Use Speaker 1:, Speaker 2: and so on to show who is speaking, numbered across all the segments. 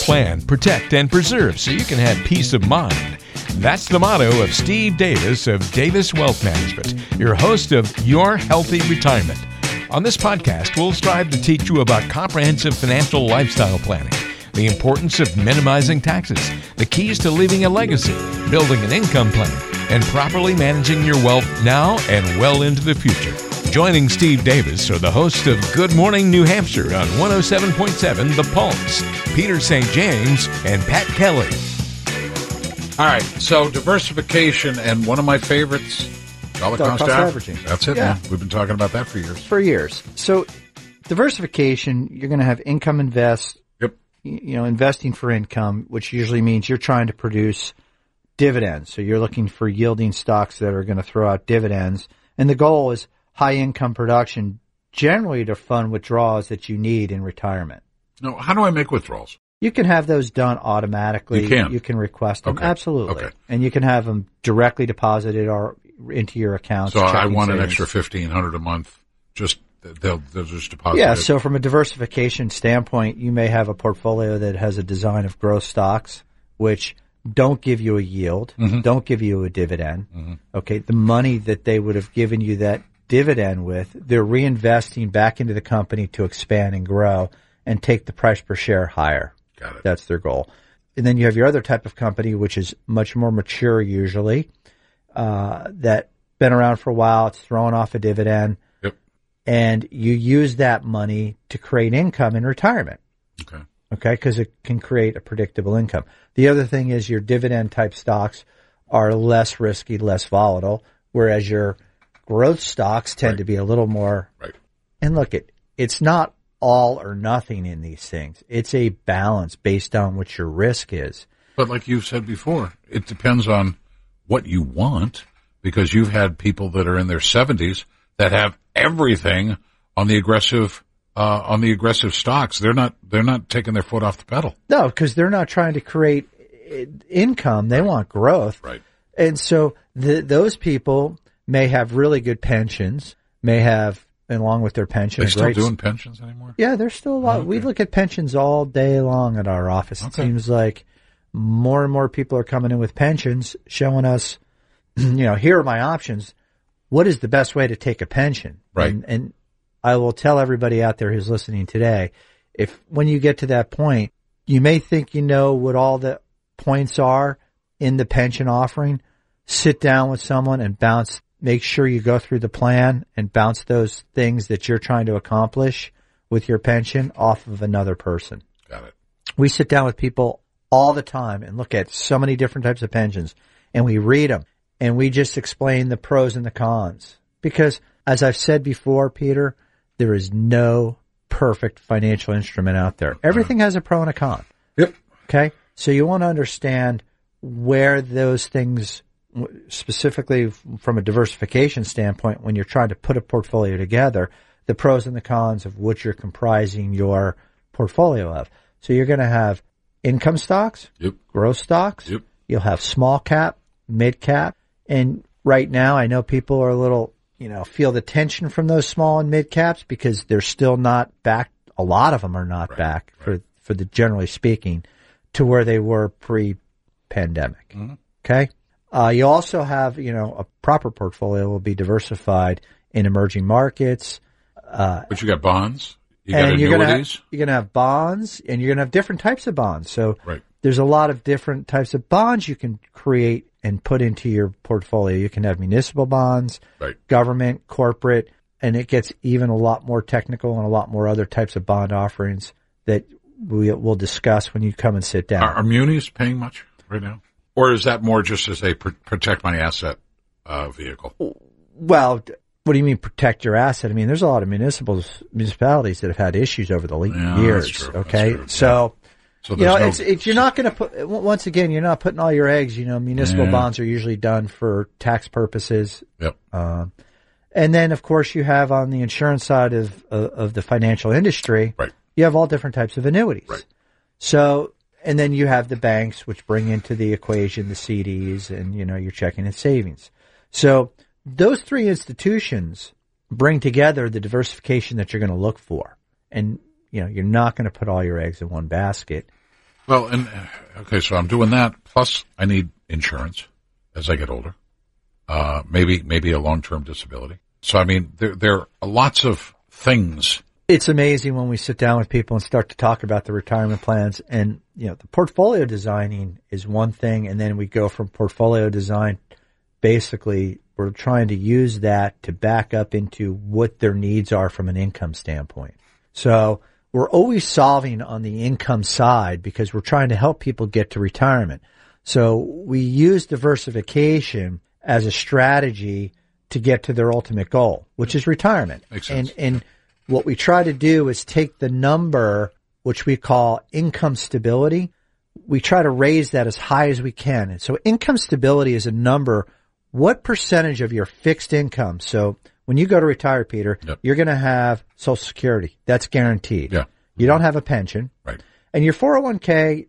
Speaker 1: plan, protect, and preserve so you can have peace of mind. That's the motto of Steve Davis of Davis Wealth Management, your host of Your Healthy Retirement. On this podcast, we'll strive to teach you about comprehensive financial lifestyle planning, the importance of minimizing taxes, the keys to leaving a legacy, building an income plan, and properly managing your wealth now and well into the future. Joining Steve Davis are the hosts of Good Morning New Hampshire on 107.7 The Pulse, Peter St. James, and Pat Kelly.
Speaker 2: All right, so diversification and one of my favorites, dollar
Speaker 3: Dollar
Speaker 2: cost,
Speaker 3: cost
Speaker 2: averaging.
Speaker 3: averaging.
Speaker 2: That's it,
Speaker 3: Yeah.
Speaker 2: man. We've been talking about that for years.
Speaker 3: for years. So diversification, you're going to have income invest,
Speaker 2: Yep.
Speaker 3: y- you know, investing for income, which usually means you're trying to produce dividends. So you're looking for yielding stocks that are going to throw out dividends. And the goal is high income production generally to fund withdrawals that you need in retirement.
Speaker 2: No, how do I make withdrawals?
Speaker 3: You can have those done automatically.
Speaker 2: You can.
Speaker 3: request them.
Speaker 2: Okay.
Speaker 3: Absolutely.
Speaker 2: Okay.
Speaker 3: And you can have them directly deposited or into your account.
Speaker 2: So I want an extra fifteen hundred a month. Just they'll they'll just deposit.
Speaker 3: Yeah,
Speaker 2: it.
Speaker 3: so from a diversification standpoint, you may have a portfolio that has a design of growth stocks, which don't give you a yield, don't give you a dividend. Okay, the money that they would have given you that dividend with, they're reinvesting back into the company to expand and grow and take the price per share higher.
Speaker 2: got it.
Speaker 3: That's their goal. And then you have your other type of company, which is much more mature usually, uh, that been around for a while. It's throwing off a dividend
Speaker 2: Yep.
Speaker 3: and you use that money to create income in retirement.
Speaker 2: Okay.
Speaker 3: Okay. Cause it can create a predictable income. The other thing is your dividend type stocks are less risky, less volatile, whereas your growth stocks tend to be a little more
Speaker 2: Right.
Speaker 3: and look, it it's not all or nothing in these things. It's a balance based on what your risk is.
Speaker 2: But like you've said before, it depends on what you want because you've had people that are in their seventies that have everything on the aggressive uh, on the aggressive stocks. They're not they're not taking their foot off the pedal.
Speaker 3: No, because they're not trying to create i- income; they want growth.
Speaker 2: Right.
Speaker 3: And so th those people may have really good pensions, may have, and along with their pension,
Speaker 2: They
Speaker 3: a
Speaker 2: still
Speaker 3: great-
Speaker 2: doing pensions anymore?
Speaker 3: Yeah, there's still a lot. We look at pensions all day long at our office. It
Speaker 2: Okay.
Speaker 3: seems like more and more people are coming in with pensions, showing us, you know, here are my options. What is the best way to take a pension?
Speaker 2: Right.
Speaker 3: And, and I will tell everybody out there who's listening today, if when you get to that point, you may think you know what all the points are in the pension offering. Sit down with someone and bounce, make sure you go through the plan and bounce those things that you're trying to accomplish with your pension off of another person.
Speaker 2: Got it.
Speaker 3: We sit down with people all the time and look at so many different types of pensions and we read them and we just explain the pros and the cons. Because as I've said before, Peter, there is no perfect financial instrument out there. Everything has a pro and a con.
Speaker 2: Yep.
Speaker 3: Okay. So you want to understand where those things w- specifically f- from a diversification standpoint, when you're trying to put a portfolio together, the pros and the cons of which you're comprising your portfolio of. So you're going to have income stocks,
Speaker 2: Yep.
Speaker 3: growth stocks.
Speaker 2: Yep.
Speaker 3: You'll have small cap, mid cap. And right now, I know people are a little, you know, feel the tension from those small and mid caps because they're still not back. A lot of them are not back for, for the generally speaking to where they were pre pandemic.
Speaker 2: Mm-hmm.
Speaker 3: Okay. Uh, you also have, you know, a proper portfolio will be diversified in emerging markets.
Speaker 2: But you got bonds. You got
Speaker 3: and you're gonna
Speaker 2: annuities.
Speaker 3: have, you're gonna have bonds and you're gonna have different types of bonds. So
Speaker 2: Right.
Speaker 3: there's a lot of different types of bonds you can create and put into your portfolio. You can have municipal bonds,
Speaker 2: Right.
Speaker 3: government, corporate, and it gets even a lot more technical and a lot more other types of bond offerings that we will discuss when you come and sit down.
Speaker 2: Are, are munis paying much right now, or is that more just as a pr- protect my asset uh, vehicle?
Speaker 3: Well, d- what do you mean protect your asset? I mean, there's a lot of municipals, municipalities that have had issues over the le-
Speaker 2: Yeah, that's
Speaker 3: years.
Speaker 2: true. That's
Speaker 3: Okay,
Speaker 2: true.
Speaker 3: so
Speaker 2: So
Speaker 3: you know,
Speaker 2: there's no-
Speaker 3: it's, it's you're not going to put w- once again, you're not putting all your eggs. You know, municipal
Speaker 2: Yeah.
Speaker 3: bonds are usually done for tax purposes,
Speaker 2: Yep.
Speaker 3: and then of course you have on the insurance side of of, of the financial industry,
Speaker 2: Right.
Speaker 3: you have all different types of annuities.
Speaker 2: Right.
Speaker 3: So, and then you have the banks, which bring into the equation the CDs and, you know, your checking and savings. So those three institutions bring together the diversification that you're going to look for. And, you know, you're not going to put all your eggs in one basket.
Speaker 2: Well, and uh, okay, so I'm doing that. Plus, I need insurance as I get older. Uh, maybe maybe a long term disability. So I mean, there there are lots of things.
Speaker 3: It's amazing when we sit down with people and start to talk about the retirement plans and, you know, the portfolio designing is one thing. And then we go from portfolio design. Basically, we're trying to use that to back up into what their needs are from an income standpoint. So we're always solving on the income side because we're trying to help people get to retirement. So we use diversification as a strategy to get to their ultimate goal, which is retirement.
Speaker 2: Makes sense.
Speaker 3: And and what we try to do is take the number which we call income stability. We try to raise that as high as we can. And so income stability is a number. What percentage of your fixed income? So when you go to retire, Peter,
Speaker 2: Yep.
Speaker 3: you're going to have social security. That's guaranteed.
Speaker 2: Yeah.
Speaker 3: You don't have a pension
Speaker 2: Right.
Speaker 3: and your 401k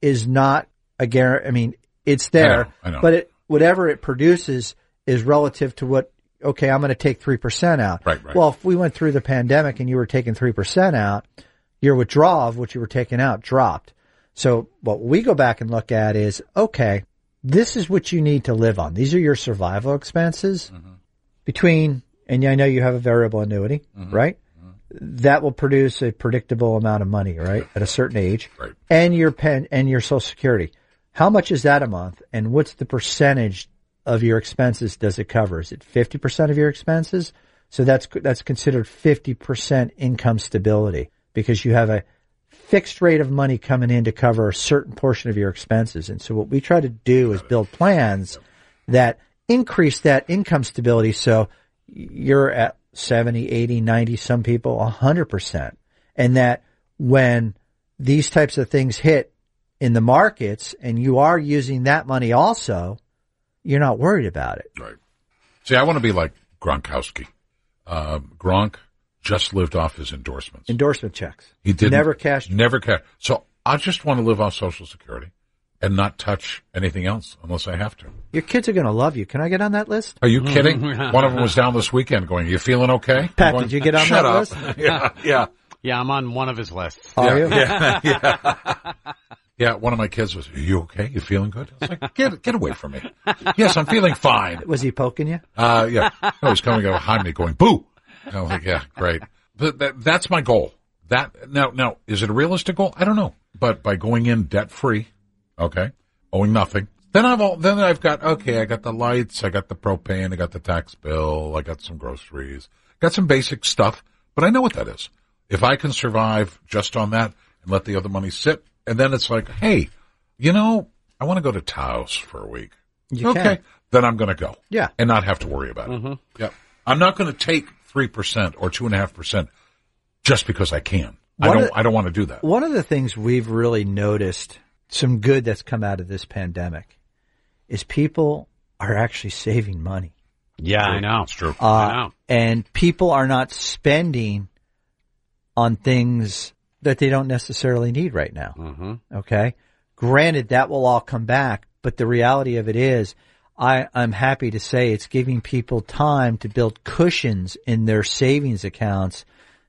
Speaker 3: is not a guarantee. I mean, it's
Speaker 2: I know,
Speaker 3: there,
Speaker 2: I know.
Speaker 3: but it, whatever it produces is relative to what, okay, I'm going to take 3% out.
Speaker 2: Right, right.
Speaker 3: Well, if we went through the pandemic and you were taking 3% out, your withdrawal of what you were taking out dropped. So what we go back and look at is, okay, this is what you need to live on. These are your survival expenses
Speaker 2: Mm-hmm.
Speaker 3: between, and I know you have a variable annuity,
Speaker 2: Mm-hmm.
Speaker 3: right? That will produce a predictable amount of money, right? At a certain age
Speaker 2: Right.
Speaker 3: and your pen and your social security. How much is that a month? And what's the percentage of your expenses does it cover? Is it 50% of your expenses? So that's, that's considered 50% income stability because you have a fixed rate of money coming in to cover a certain portion of your expenses. And so what we try to do is build plans that increase that income stability. So you're at 70, 80, 90, some people 100%. And that when these types of things hit in the markets and you are using that money also, you're not worried about it.
Speaker 2: Right. See, I want to be like Gronkowski. Um, Gronk just lived off his endorsements.
Speaker 3: Endorsement checks.
Speaker 2: He didn't
Speaker 3: Never cashed.
Speaker 2: Never cashed. So I just want to live off Social Security and not touch anything else unless I have to.
Speaker 3: Your kids are going to love you. Can I get on that list?
Speaker 2: Are you kidding? One of them was down this weekend going, you feeling okay? I'm
Speaker 3: Pat,
Speaker 2: going,
Speaker 3: did you get on
Speaker 2: Shut
Speaker 3: that
Speaker 2: up.
Speaker 3: list?
Speaker 2: yeah. Yeah.
Speaker 4: Yeah, I'm on one of his lists.
Speaker 3: Are you?
Speaker 2: Yeah. yeah. Yeah, one of my kids was, are you okay? You feeling good? I was like, get, get away from me. Yes, I'm feeling fine.
Speaker 3: Was he poking you?
Speaker 2: Uh, yeah. I was coming up behind me going, boo. And I was like, yeah, great. But that, that's my goal. That now, now, is it a realistic goal? I don't know. But by going in debt free, okay, owing nothing, then I've all, then I've got, okay, I got the lights, I got the propane, I got the tax bill, I got some groceries, got some basic stuff, but I know what that is. If I can survive just on that and let the other money sit, and then it's like, hey, you know, I want to go to Taos for a week.
Speaker 3: You
Speaker 2: okay.
Speaker 3: can.
Speaker 2: Then I'm going to go
Speaker 3: Yeah.
Speaker 2: and not have to worry about it. Mm-hmm. Yep. I'm not going to take three percent or two and a half percent just because I can. I
Speaker 3: One
Speaker 2: don't.
Speaker 3: of the-
Speaker 2: I don't want to do that.
Speaker 3: One of the things we've really noticed some good that's come out of this pandemic is people are actually saving money.
Speaker 4: Yeah, I know.
Speaker 2: It's true.
Speaker 3: Uh,
Speaker 4: know.
Speaker 3: And people are not spending on things that they don't necessarily need right now.
Speaker 4: Mm-hmm.
Speaker 3: Okay. Granted, that will all come back, but the reality of it is, I, I'm happy to say it's giving people time to build cushions in their savings accounts,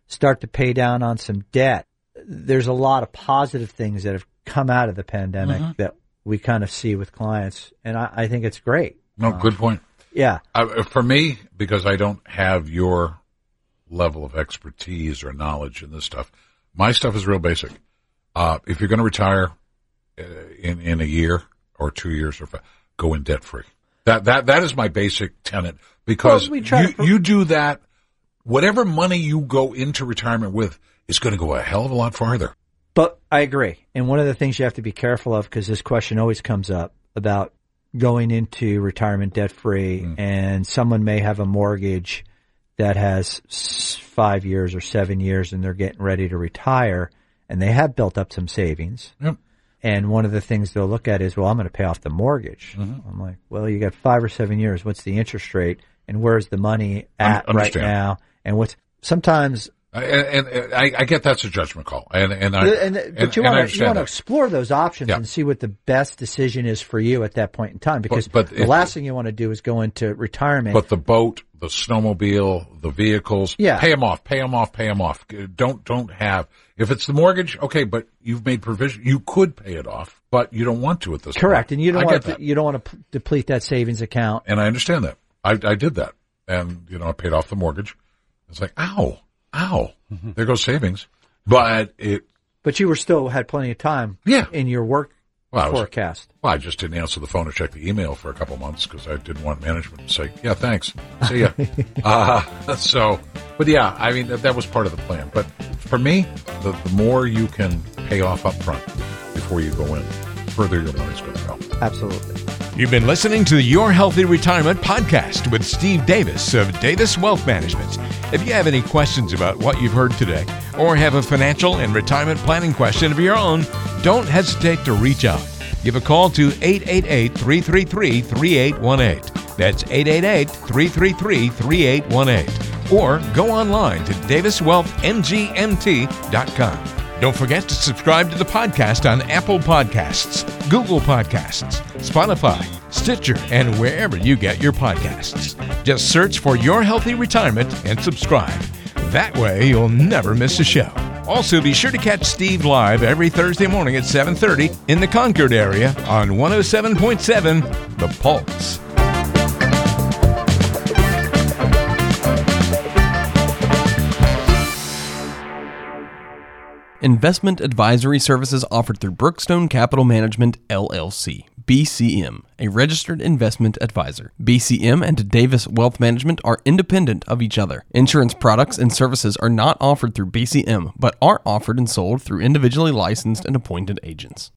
Speaker 3: start to pay down on some debt. There's a lot of positive things that have come out of the pandemic that we kind of see with clients, and I, I think it's great.
Speaker 2: no, good point.
Speaker 3: Yeah.
Speaker 2: I, for me, because I don't have your level of expertise or knowledge in this stuff, my stuff is real basic. Uh, if you're going to retire uh, in in a year or two years or five, go in debt free. That that that is my basic tenet because
Speaker 3: Well, we try
Speaker 2: you
Speaker 3: to-
Speaker 2: you do that, whatever money you go into retirement with is going to go a hell of a lot farther.
Speaker 3: But I agree. And one of the things you have to be careful of, because this question always comes up about going into retirement debt free,
Speaker 2: Mm.
Speaker 3: and someone may have a mortgage that has s- five years or seven years, and they're getting ready to retire, and they have built up some savings.
Speaker 2: Yep.
Speaker 3: And one of the things they'll look at is, well, I'm going to pay off the mortgage.
Speaker 2: Mm-hmm.
Speaker 3: I'm like, well, you got five or seven years. What's the interest rate? And where's the money at right
Speaker 2: understand.
Speaker 3: now? And what's sometimes
Speaker 2: I- and, and I, I get that's a judgment call, and and I
Speaker 3: and, but you
Speaker 2: and I
Speaker 3: want to you
Speaker 2: understand
Speaker 3: want to
Speaker 2: that.
Speaker 3: explore those options
Speaker 2: Yeah.
Speaker 3: and see what the best decision is for you at that point in time. Because
Speaker 2: but
Speaker 3: the
Speaker 2: if-
Speaker 3: last thing you want to do is go into retirement.
Speaker 2: But the boat, the snowmobile, the vehicles,
Speaker 3: Yeah.
Speaker 2: pay them off, pay them off, pay them off. Don't, don't have, if it's the mortgage, okay, but you've made provision, you could pay it off, but you don't want to at this point.
Speaker 3: correct, and you don't
Speaker 2: I
Speaker 3: want
Speaker 2: get
Speaker 3: to,
Speaker 2: that.
Speaker 3: you don't want to p- deplete that savings account.
Speaker 2: And I understand that. I, I did that. And, you know, I paid off the mortgage. It's like, ow, ow,
Speaker 3: Mm-hmm.
Speaker 2: there goes savings. But it,
Speaker 3: But you were still had plenty of time.
Speaker 2: Yeah.
Speaker 3: in your work
Speaker 2: well, I was-
Speaker 3: forecast.
Speaker 2: well, I just didn't answer the phone or check the email for a couple months because I didn't want management to say, "Yeah, thanks, see ya." uh, so, but yeah, I mean that, that was part of the plan. But for me, the, the more you can pay off up front before you go in, further your money's going to go.
Speaker 3: Absolutely.
Speaker 1: You've been listening to the Your Healthy Retirement podcast with Steve Davis of Davis Wealth Management. If you have any questions about what you've heard today or have a financial and retirement planning question of your own, don't hesitate to reach out. Give a call to 888 333 3818. That's 888 333 3818. Or go online to daviswealthmgmt.com. Don't forget to subscribe to the podcast on Apple Podcasts, Google Podcasts, Spotify, Stitcher, and wherever you get your podcasts. Just search for Your Healthy Retirement and subscribe. That way, you'll never miss a show. Also, be sure to catch Steve live every Thursday morning at 7:30 in the Concord area on 107.7 The Pulse.
Speaker 5: Investment advisory services offered through Brookstone Capital Management LLC, BCM, a registered investment advisor. BCM and Davis Wealth Management are independent of each other. Insurance products and services are not offered through BCM, but are offered and sold through individually licensed and appointed agents.